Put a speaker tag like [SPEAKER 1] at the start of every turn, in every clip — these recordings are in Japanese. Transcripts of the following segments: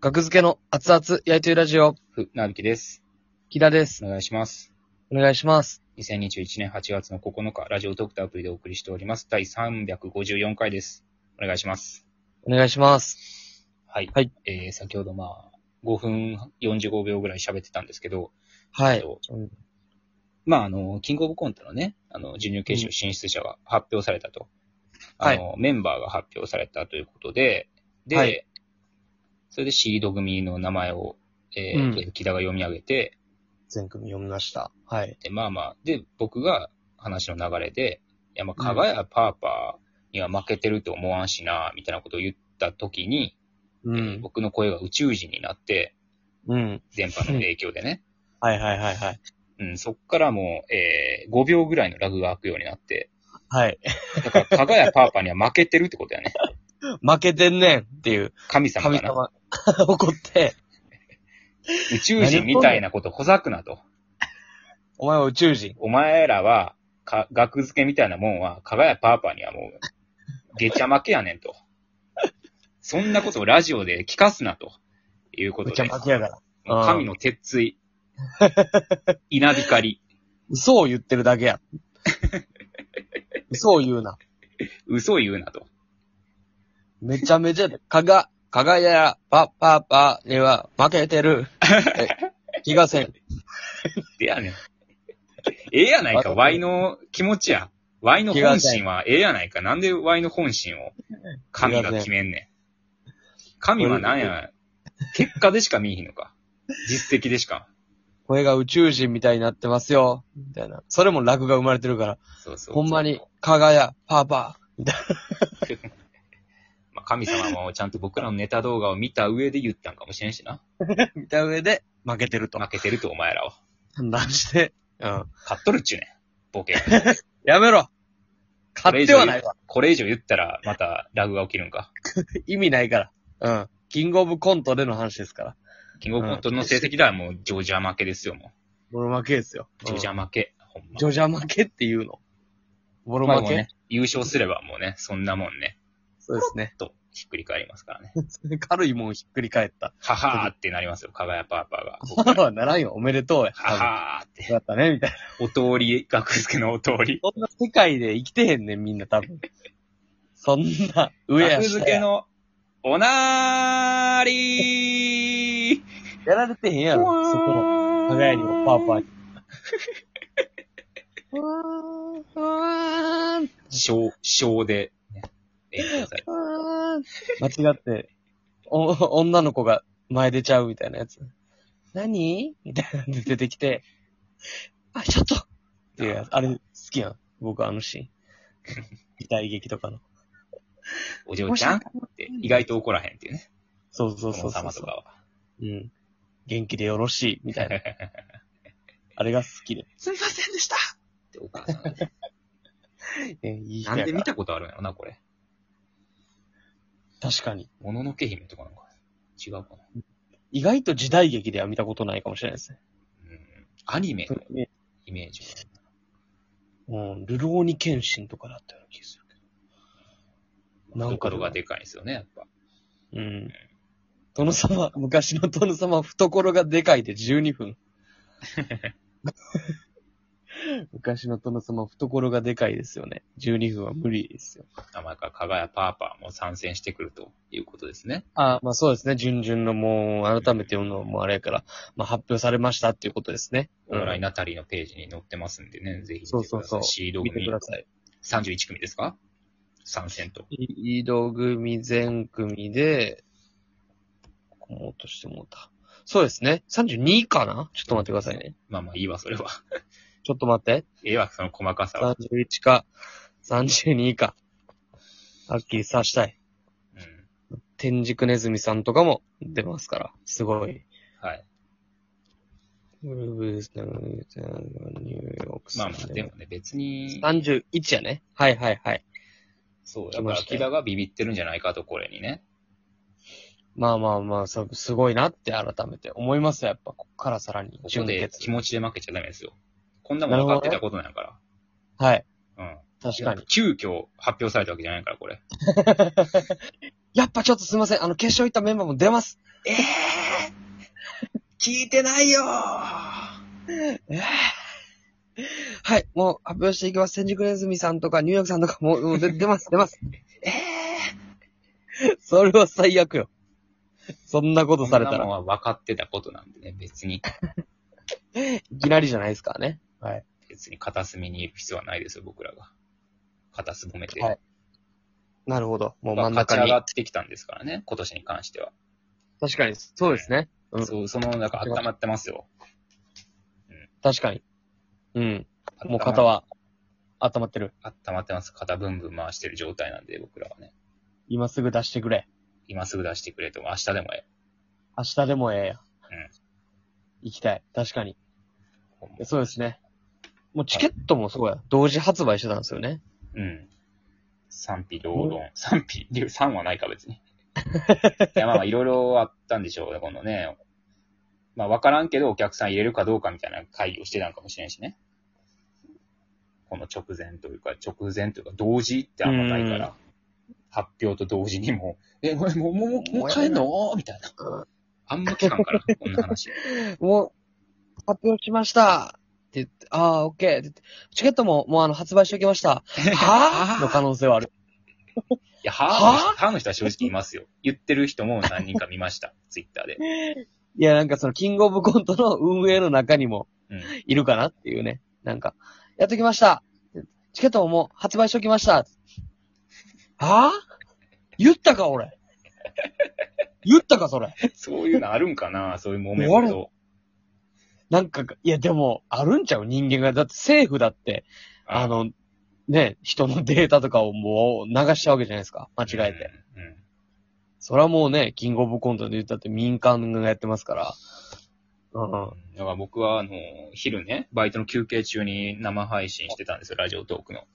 [SPEAKER 1] 学付けの熱々焼いてるラジオ、
[SPEAKER 2] ふ、なびきです。
[SPEAKER 1] 木田です。
[SPEAKER 2] お願いします。
[SPEAKER 1] お願いします。
[SPEAKER 2] 2021年8月の9日、ラジオトークとアプリでお送りしております。第354回です。お願いします。
[SPEAKER 1] お願いします。
[SPEAKER 2] はい。
[SPEAKER 1] はい
[SPEAKER 2] えー、先ほどまあ、5分45秒ぐらい喋ってたんですけど、
[SPEAKER 1] は
[SPEAKER 2] えっ
[SPEAKER 1] い。
[SPEAKER 2] と
[SPEAKER 1] うん
[SPEAKER 2] まあ、あの、キングオブコントのね、あの、準優決勝進出者が発表されたと。
[SPEAKER 1] はい
[SPEAKER 2] あの、メンバーが発表されたということで、で、
[SPEAKER 1] はい
[SPEAKER 2] それでシード組の名前を、えー木田が読み上げて、
[SPEAKER 1] 全組読みました。はい。
[SPEAKER 2] で、まあまあ、で、僕が話の流れで、いや、まあ、かがやパーパーには負けてると思わんしな、みたいなことを言った時に、
[SPEAKER 1] う
[SPEAKER 2] えー。僕の声が宇宙人になって、
[SPEAKER 1] うん。
[SPEAKER 2] 電波の影響で ね。
[SPEAKER 1] はいはいはいはい。
[SPEAKER 2] うん、そっからもう、えー、5秒ぐらいのラグが空くようになって、
[SPEAKER 1] はい。
[SPEAKER 2] だから、かがやパーパーには負けてるってことやね。
[SPEAKER 1] 負けてんねんっていう
[SPEAKER 2] 神様
[SPEAKER 1] 神
[SPEAKER 2] がな。
[SPEAKER 1] 様怒って、
[SPEAKER 2] 宇宙人みたいなことほざくなと。
[SPEAKER 1] お前は宇宙人。
[SPEAKER 2] お前らは、か、学付けみたいなもんは、かがやパーパーにはもう、げちゃ負けやねんと。そんなことをラジオで聞かすなと。いうこ
[SPEAKER 1] め
[SPEAKER 2] と
[SPEAKER 1] っちゃ
[SPEAKER 2] で。
[SPEAKER 1] 負けやから。
[SPEAKER 2] もう神の鉄槌。稲光。
[SPEAKER 1] 嘘を言ってるだ けや。嘘を言うな。
[SPEAKER 2] 嘘を言うなと。
[SPEAKER 1] めちゃめちゃで、かが、かがやや、パパパには負けて る。え気がせん。
[SPEAKER 2] でやねん。ええやないか、ワイの気持ちや。ワイの本心はええやないか。なんでワイの本心を神が決めんねん。神はなんや、結果でしか見えひんのか。実績でしか。
[SPEAKER 1] 声が宇宙人みたいになってますよ。みたいな。それも落が生まれてるから、
[SPEAKER 2] そうそうそう
[SPEAKER 1] ほんまに、かがや、パーパ
[SPEAKER 2] まあ、神様もちゃんと僕らのネタ動画を見た上で言ったんかもしれんしな。
[SPEAKER 1] ー。見た上で、負けてると。
[SPEAKER 2] 負けてるとお前らは。
[SPEAKER 1] 判断して、うん。
[SPEAKER 2] 勝っとるっちゅうねん。ボケ。
[SPEAKER 1] やめろ勝ってはないわ。
[SPEAKER 2] これ以上言ったらまたラグが起きるんか。
[SPEAKER 1] 意味ないから。うん。キングオブコントでの話ですから。
[SPEAKER 2] キングオブコントの成績ではもうジョージア負けですよ、も
[SPEAKER 1] ボロ負けですよ。
[SPEAKER 2] う。ジョージア
[SPEAKER 1] 負
[SPEAKER 2] 負け。ほん
[SPEAKER 1] け。
[SPEAKER 2] ま。
[SPEAKER 1] ジョージャ負けっていうの。ボロ
[SPEAKER 2] まあ
[SPEAKER 1] 負
[SPEAKER 2] もう
[SPEAKER 1] け、
[SPEAKER 2] ね、優勝すればもうね、そんなもんね、
[SPEAKER 1] そうですね。
[SPEAKER 2] とひっくり返りますからね。
[SPEAKER 1] 軽いもんひっくり返った。
[SPEAKER 2] ははーってなりますよ、かがやパーパーが。
[SPEAKER 1] パーはならんよ。おめでとうや。
[SPEAKER 2] ははーって。
[SPEAKER 1] だったね、みたいな。
[SPEAKER 2] お通り、学付けのお通り。
[SPEAKER 1] そんな世界で生きてへんねん、みんな多分。そんな、上や
[SPEAKER 2] 学
[SPEAKER 1] 下
[SPEAKER 2] 付け
[SPEAKER 1] や。
[SPEAKER 2] のおなーりー
[SPEAKER 1] やられてへんやろ、そこの。輝にもパーパーに。
[SPEAKER 2] 小、小で、ね。えーごめんなさい
[SPEAKER 1] 間違って、お、女の子が前出ちゃうみたいなやつ。何みたいなんで出てきて、あ、ちょっとっていうやつ。あれ、好きやん。僕あのシーン。 時代劇とかの。
[SPEAKER 2] お嬢ちゃんって意外と怒らへんっていうね。
[SPEAKER 1] そうそうそ
[SPEAKER 2] 殿
[SPEAKER 1] うそ
[SPEAKER 2] 様
[SPEAKER 1] う
[SPEAKER 2] と
[SPEAKER 1] そ
[SPEAKER 2] かは。
[SPEAKER 1] う。うん。元気でよろしい、みた いな。あれが好きで。
[SPEAKER 2] すみませんでしたってお母さんがね。
[SPEAKER 1] え、いい人
[SPEAKER 2] な
[SPEAKER 1] やから
[SPEAKER 2] んで見たことあるんやろな、これ。
[SPEAKER 1] 確かに。
[SPEAKER 2] もののけ姫とかなんかな。違うかな。
[SPEAKER 1] 意外と時代劇では見たことないかもしれないですね。
[SPEAKER 2] うん。アニメのイメージは。
[SPEAKER 1] うん、ルローニケンシンとかだったような気がするけど。なんか
[SPEAKER 2] 懐がでかいんですよね、やっぱ。
[SPEAKER 1] うん。殿様、昔の殿様、懐がでかいで12分。昔の殿様、懐がでかいですよね。12分は無理ですよ。
[SPEAKER 2] 名前から、かがやパーパーも参戦してくるということですね。
[SPEAKER 1] あまあそうですね。順々のもう、改めて読むのもあれやから、まあ発表されましたっていうことですね。
[SPEAKER 2] お笑い
[SPEAKER 1] な。
[SPEAKER 2] ナタリーのページに載ってますんでね、ぜひ見てください。
[SPEAKER 1] そうそうそう
[SPEAKER 2] シード
[SPEAKER 1] 見て
[SPEAKER 2] 組
[SPEAKER 1] ください。
[SPEAKER 2] 31組ですか参戦と。
[SPEAKER 1] リード組全組で、ここも落としてもうた。そうですね。32かなちょっと待ってくださいね。
[SPEAKER 2] まあまあいいわ、それは。
[SPEAKER 1] ちょっと待って。
[SPEAKER 2] ええわ、その細かさは。
[SPEAKER 1] 31か、32か。はっきりさしたい。
[SPEAKER 2] うん。
[SPEAKER 1] 天竺ネズミさんとかも出ますから。すごい。
[SPEAKER 2] はい。
[SPEAKER 1] ブルーブルースのニューヨーク
[SPEAKER 2] ま
[SPEAKER 1] さ
[SPEAKER 2] あ
[SPEAKER 1] ん
[SPEAKER 2] まあ、でもね、別に、
[SPEAKER 1] 31やね。はいはいはい。
[SPEAKER 2] そう、だから、木田がビビってるんじゃないかと、これにね。
[SPEAKER 1] まあまあまあ、そすごいなって改めて思いますよ。やっぱ、こっからさらに
[SPEAKER 2] ここ
[SPEAKER 1] 純
[SPEAKER 2] で
[SPEAKER 1] 潔
[SPEAKER 2] 気。持ちで負けちゃダメですよ。こんなもん分かってたことなんやか
[SPEAKER 1] はい。
[SPEAKER 2] ら。うん。
[SPEAKER 1] 確かに。
[SPEAKER 2] 急遽発表されたわけじゃないから、これ。
[SPEAKER 1] やっぱちょっとすいません、あの、決勝行ったメンバーも出ます。
[SPEAKER 2] ええ聞いてないよ
[SPEAKER 1] はい、もう発表していきます。千塾ネズミさんとか、ニューヨークさんとか、もう、もう出出 ます、出ます。
[SPEAKER 2] ええ
[SPEAKER 1] それは最悪よ。そんなこと
[SPEAKER 2] ー
[SPEAKER 1] された
[SPEAKER 2] そんな
[SPEAKER 1] ら、
[SPEAKER 2] もんは分かってたことなんでね、別に、
[SPEAKER 1] いきなりじゃないですからね。はい。
[SPEAKER 2] 別に片隅にいる必要はないですよ、僕らが。片すぼめて。
[SPEAKER 1] はいなるほど。もう
[SPEAKER 2] まあ
[SPEAKER 1] 真ん
[SPEAKER 2] 勝ち
[SPEAKER 1] 中
[SPEAKER 2] 上
[SPEAKER 1] に
[SPEAKER 2] が。ってきたんですからね、今年に関しては。
[SPEAKER 1] 確かに、そうですね。うん
[SPEAKER 2] そう、その、なんか温まってますよ。
[SPEAKER 1] 確かに。うん。
[SPEAKER 2] 温ま
[SPEAKER 1] もう肩。は、温まってる。
[SPEAKER 2] 温まってます。肩ブンブン回してる状態なんで、僕らはね。
[SPEAKER 1] 今すぐ出してくれ。
[SPEAKER 2] 今すぐ出してくれと、明日でもえ
[SPEAKER 1] 明日でもええや。
[SPEAKER 2] うん
[SPEAKER 1] 行きたい。確かに。
[SPEAKER 2] えほんま。
[SPEAKER 1] そうですね。もうチケットもそうや。同時発売してたんですよね。
[SPEAKER 2] うん。賛否両論。賛否、理由賛はないか 別に。いや、まあまあ、いろいろあったんでしょうね、このね。まあ、わからんけど、お客さん入れるかどうかみたいな会議をしてたんかもしれんしね。この直前というか、直前というか、同時ってあんまないか
[SPEAKER 1] う
[SPEAKER 2] ら、発表と同時にもう、え、もう、もう、もう、 もう帰んのみたいな。あんま聞かんから、こんな話。
[SPEAKER 1] もう、発表しましたって言って、ああ、オッケーって言って、チケットももうあの発売しておきました。 はぁの可能性はある。
[SPEAKER 2] いや、はぁはぁの人は正直いますよ。言ってる人も何人か見ました。 ツイッターで。
[SPEAKER 1] いや、なんかその、キングオブコントの運営の中にも
[SPEAKER 2] うん。
[SPEAKER 1] いるかなっていうね。なんか、やっときましたチケットももう発売しておきましたはぁ言ったか、俺。言ったか、それ。
[SPEAKER 2] そういうのあるんかなそういう揉め
[SPEAKER 1] もうある
[SPEAKER 2] 事。
[SPEAKER 1] なんか、いや、でも、あるんちゃう人間が。だって政府だって、あの、ね、人のデータとかをもう流しちゃうわけじゃないですか。間違えて。
[SPEAKER 2] うん。うん
[SPEAKER 1] それはもうね、キングオブコントで言ったって民間がやってますから。うん。
[SPEAKER 2] だから僕は、あの、昼ね、バイトの休憩中に生配信してたんですよ、ラジオトークの。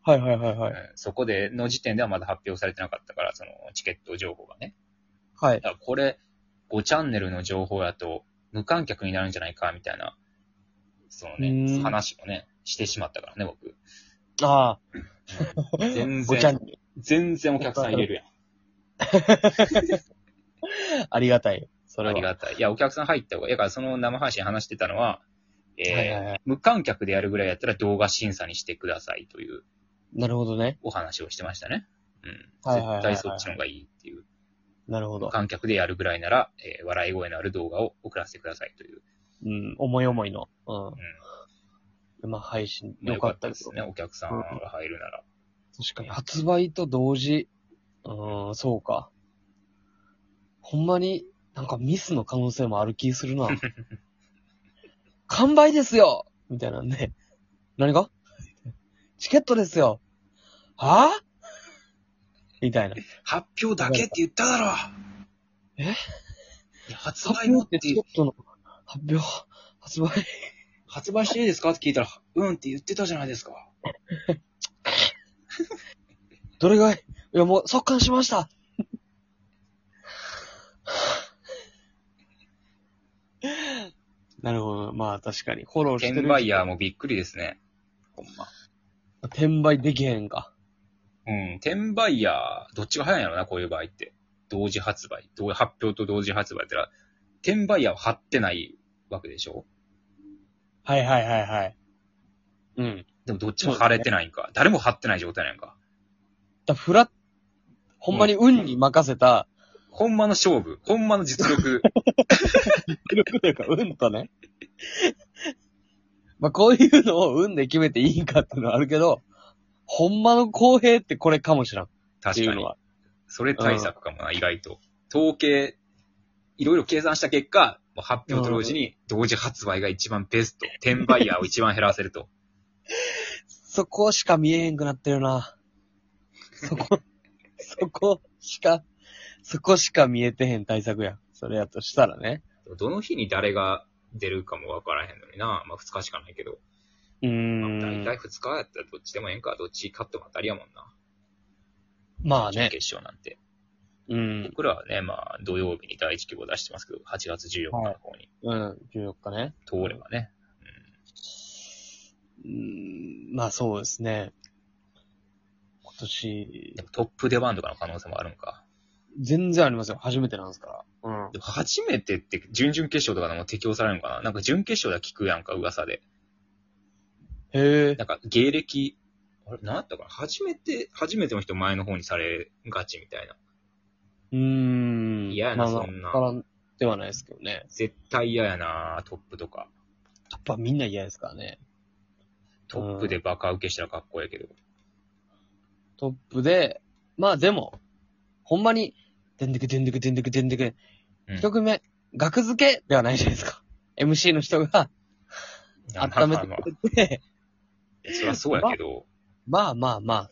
[SPEAKER 1] はいはいはいはい。
[SPEAKER 2] うんそこで、の時点ではまだ発表されてなかったから、その、チケット情報がね。
[SPEAKER 1] はい
[SPEAKER 2] だ。からこれ、5チャンネルの情報やと、無観客になるんじゃないか、みたいな、その
[SPEAKER 1] う
[SPEAKER 2] ね、
[SPEAKER 1] ん
[SPEAKER 2] 話もね、してしまったからね、僕。
[SPEAKER 1] ああ、
[SPEAKER 2] 全
[SPEAKER 1] ごちゃ
[SPEAKER 2] 然
[SPEAKER 1] ん、、
[SPEAKER 2] 全然お客さん入れるやん。
[SPEAKER 1] ありがたいよ。それ
[SPEAKER 2] あり
[SPEAKER 1] は。
[SPEAKER 2] がたい。いや、お客さん入った方がいい。だから、その生配信話してたのは、えー
[SPEAKER 1] はいはいはい
[SPEAKER 2] 無観客でやるぐらいやったら動画審査にしてくださいという
[SPEAKER 1] なるほどね。
[SPEAKER 2] お話をしてましたね。うん。
[SPEAKER 1] はいはいはいはい
[SPEAKER 2] 絶対そっちの方がいいっていう。
[SPEAKER 1] なるほ
[SPEAKER 2] 無
[SPEAKER 1] ど。
[SPEAKER 2] 観客でやるぐらいなら、えー笑い声のある動画を送らせてくださいという。
[SPEAKER 1] うん、思い思いの。
[SPEAKER 2] うん。
[SPEAKER 1] うん。まあ、配信、
[SPEAKER 2] まあ
[SPEAKER 1] よかったです
[SPEAKER 2] よね。お客さんが入るなら。
[SPEAKER 1] 確かに、発売と同時、うーん、そうか。ほんまに、なんかミスの可能性もある気するな。完売ですよみたいなんで。何がチケットですよはぁみたいな。
[SPEAKER 2] 発表だけって言っただろ
[SPEAKER 1] え
[SPEAKER 2] いや発
[SPEAKER 1] 発
[SPEAKER 2] 売のっ
[SPEAKER 1] 表
[SPEAKER 2] て
[SPEAKER 1] ってチケットの発表、発売。
[SPEAKER 2] 発売していいですかって聞いたら、うんって言ってたじゃないですか。
[SPEAKER 1] どれぐらいいや、もう速乾しました。なるほど。まあ確かに。フォローしてる。
[SPEAKER 2] 転売ヤーもびっくりですね。ほんま。
[SPEAKER 1] 転売できへんか。
[SPEAKER 2] うん。転売ヤー、どっちが早いんやろな、こういう場合って。同時発売。同発表と同時発売ってのは、転売ヤーは貼ってないわけでしょ
[SPEAKER 1] はいはいはいはい。うん。
[SPEAKER 2] でもどっちも貼れてないんか。誰も貼ってない状態なんか。
[SPEAKER 1] だフラッ、ほんまに運に任せた、
[SPEAKER 2] ほんまの勝負。ほんまの実力。
[SPEAKER 1] 力 というか運とね。まあこういうのを運で決めていいんかっていうのはあるけど、ほんまの公平ってこれかもしらん。 って
[SPEAKER 2] 確
[SPEAKER 1] い
[SPEAKER 2] か
[SPEAKER 1] うの
[SPEAKER 2] に。
[SPEAKER 1] は。
[SPEAKER 2] それ対策かもな、意外と。統計、いろいろ計算した結果、もう発表と同時に同時発売が一番ベスト。転売ヤーを一番減らせ ると。
[SPEAKER 1] そこしか見えへんくなってるな。そ こ、そこしか、そこしか見えてへん対策やん。それやとしたらね。
[SPEAKER 2] どの日に誰が出るかもわからへんのにな。まあ2日しかないけど。
[SPEAKER 1] うー
[SPEAKER 2] 大
[SPEAKER 1] ん。
[SPEAKER 2] 体2日やったらどっちでもええんか、どっち勝っても当たりやもんな。
[SPEAKER 1] まあね。
[SPEAKER 2] 決勝なんて。
[SPEAKER 1] うん。
[SPEAKER 2] 僕らはね、まあ土曜日に第1希望出してますけど、8月14日の方に
[SPEAKER 1] うん。14日ね。
[SPEAKER 2] 通ればね。
[SPEAKER 1] うーん。まあそうですね。今年
[SPEAKER 2] で、もトップ出番とかの可能性もあるんか。
[SPEAKER 1] 全然ありますよ。初めてなんですから。うん。
[SPEAKER 2] 初めてって準々決勝とかでも適用されるのかななんか準決勝では聞くやんか、噂で。
[SPEAKER 1] へえ。
[SPEAKER 2] なんか芸歴、あれ、なんやったかな初めて、初めての人前の方にされがちみたいな。
[SPEAKER 1] うーん。
[SPEAKER 2] 嫌やな
[SPEAKER 1] まあまあ
[SPEAKER 2] そんな
[SPEAKER 1] わからんではないですけどね。
[SPEAKER 2] 絶対嫌やなトップとか。
[SPEAKER 1] やっぱみんな嫌ですからね。
[SPEAKER 2] トップでバカ受けしたらかっこええけど。
[SPEAKER 1] トップで、まあでも、ほんまに、でんでくでんでくでんでくでんでく、
[SPEAKER 2] うん
[SPEAKER 1] 一組目、額付けではないじゃないですか。MC の人が温めて
[SPEAKER 2] まあまあまあ
[SPEAKER 1] くれて、
[SPEAKER 2] そりゃそうやけど。
[SPEAKER 1] まあまあまあ。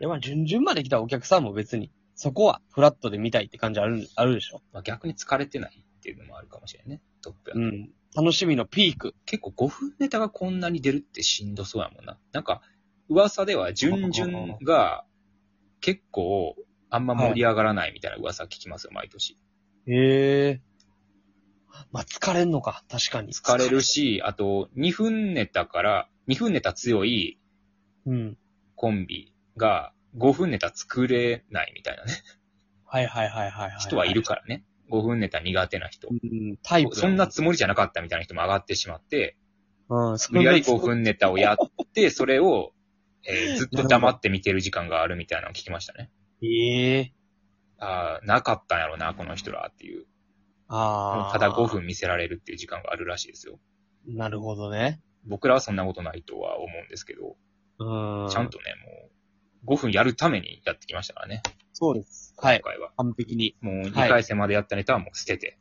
[SPEAKER 1] で、まあ、順々まで来たお客さんも別に、そこはフラットで見たいって感じある、あるでしょ。
[SPEAKER 2] まあ、逆に疲れてないっていうのもあるかもしれんね。トップやと
[SPEAKER 1] うん。楽しみのピーク。
[SPEAKER 2] 結構5分ネタがこんなに出るってしんどそうやもんな。なんか、噂では、準々が結構あんま盛り上がらないみたいな噂聞きますよ、毎年。
[SPEAKER 1] へえ。まあ、疲れんのか、確かに。
[SPEAKER 2] 疲れる。し、あと、2分ネタから、2分ネタ強い
[SPEAKER 1] うん。
[SPEAKER 2] コンビが5分ネタ作れないみたいなね、
[SPEAKER 1] はいはいはいはい、はい。
[SPEAKER 2] 人はいる。からね。5分ネタ苦手な人
[SPEAKER 1] う。ん、タイプ。
[SPEAKER 2] そんな、つもりじゃなかったみたいな人も上がってしまって、
[SPEAKER 1] うん、そん
[SPEAKER 2] 無
[SPEAKER 1] な
[SPEAKER 2] 理やり5分ネタをやって、 それを、えーずっと黙って見てる時間があるみたいなのを聞きましたね。
[SPEAKER 1] ええ
[SPEAKER 2] ああ、なかったんやろな、この人らっていう。
[SPEAKER 1] ああ。
[SPEAKER 2] ただ5。分見せられるっていう時間があるらしいですよ。
[SPEAKER 1] なるほどね。
[SPEAKER 2] 僕らはそんなことないとは思うんですけど、
[SPEAKER 1] うん。
[SPEAKER 2] ちゃん。とね、もう、5分やるためにやってきましたからね、
[SPEAKER 1] そうです。はい
[SPEAKER 2] 今。回は。
[SPEAKER 1] 完璧に。
[SPEAKER 2] もう2
[SPEAKER 1] はい
[SPEAKER 2] 回戦までやったネタはもう捨てて、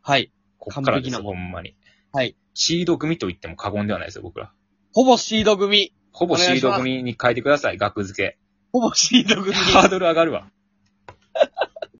[SPEAKER 1] はい。
[SPEAKER 2] こっから
[SPEAKER 1] 完璧
[SPEAKER 2] です
[SPEAKER 1] な
[SPEAKER 2] よ、
[SPEAKER 1] も
[SPEAKER 2] ほ
[SPEAKER 1] ん
[SPEAKER 2] んまに。
[SPEAKER 1] はい。
[SPEAKER 2] シード組と言っても過言ではないですよ、僕ら。
[SPEAKER 1] ほぼシード組。
[SPEAKER 2] ほぼシード組に変えてください、額付け。
[SPEAKER 1] ほぼシード組。
[SPEAKER 2] ハードル上がるわ。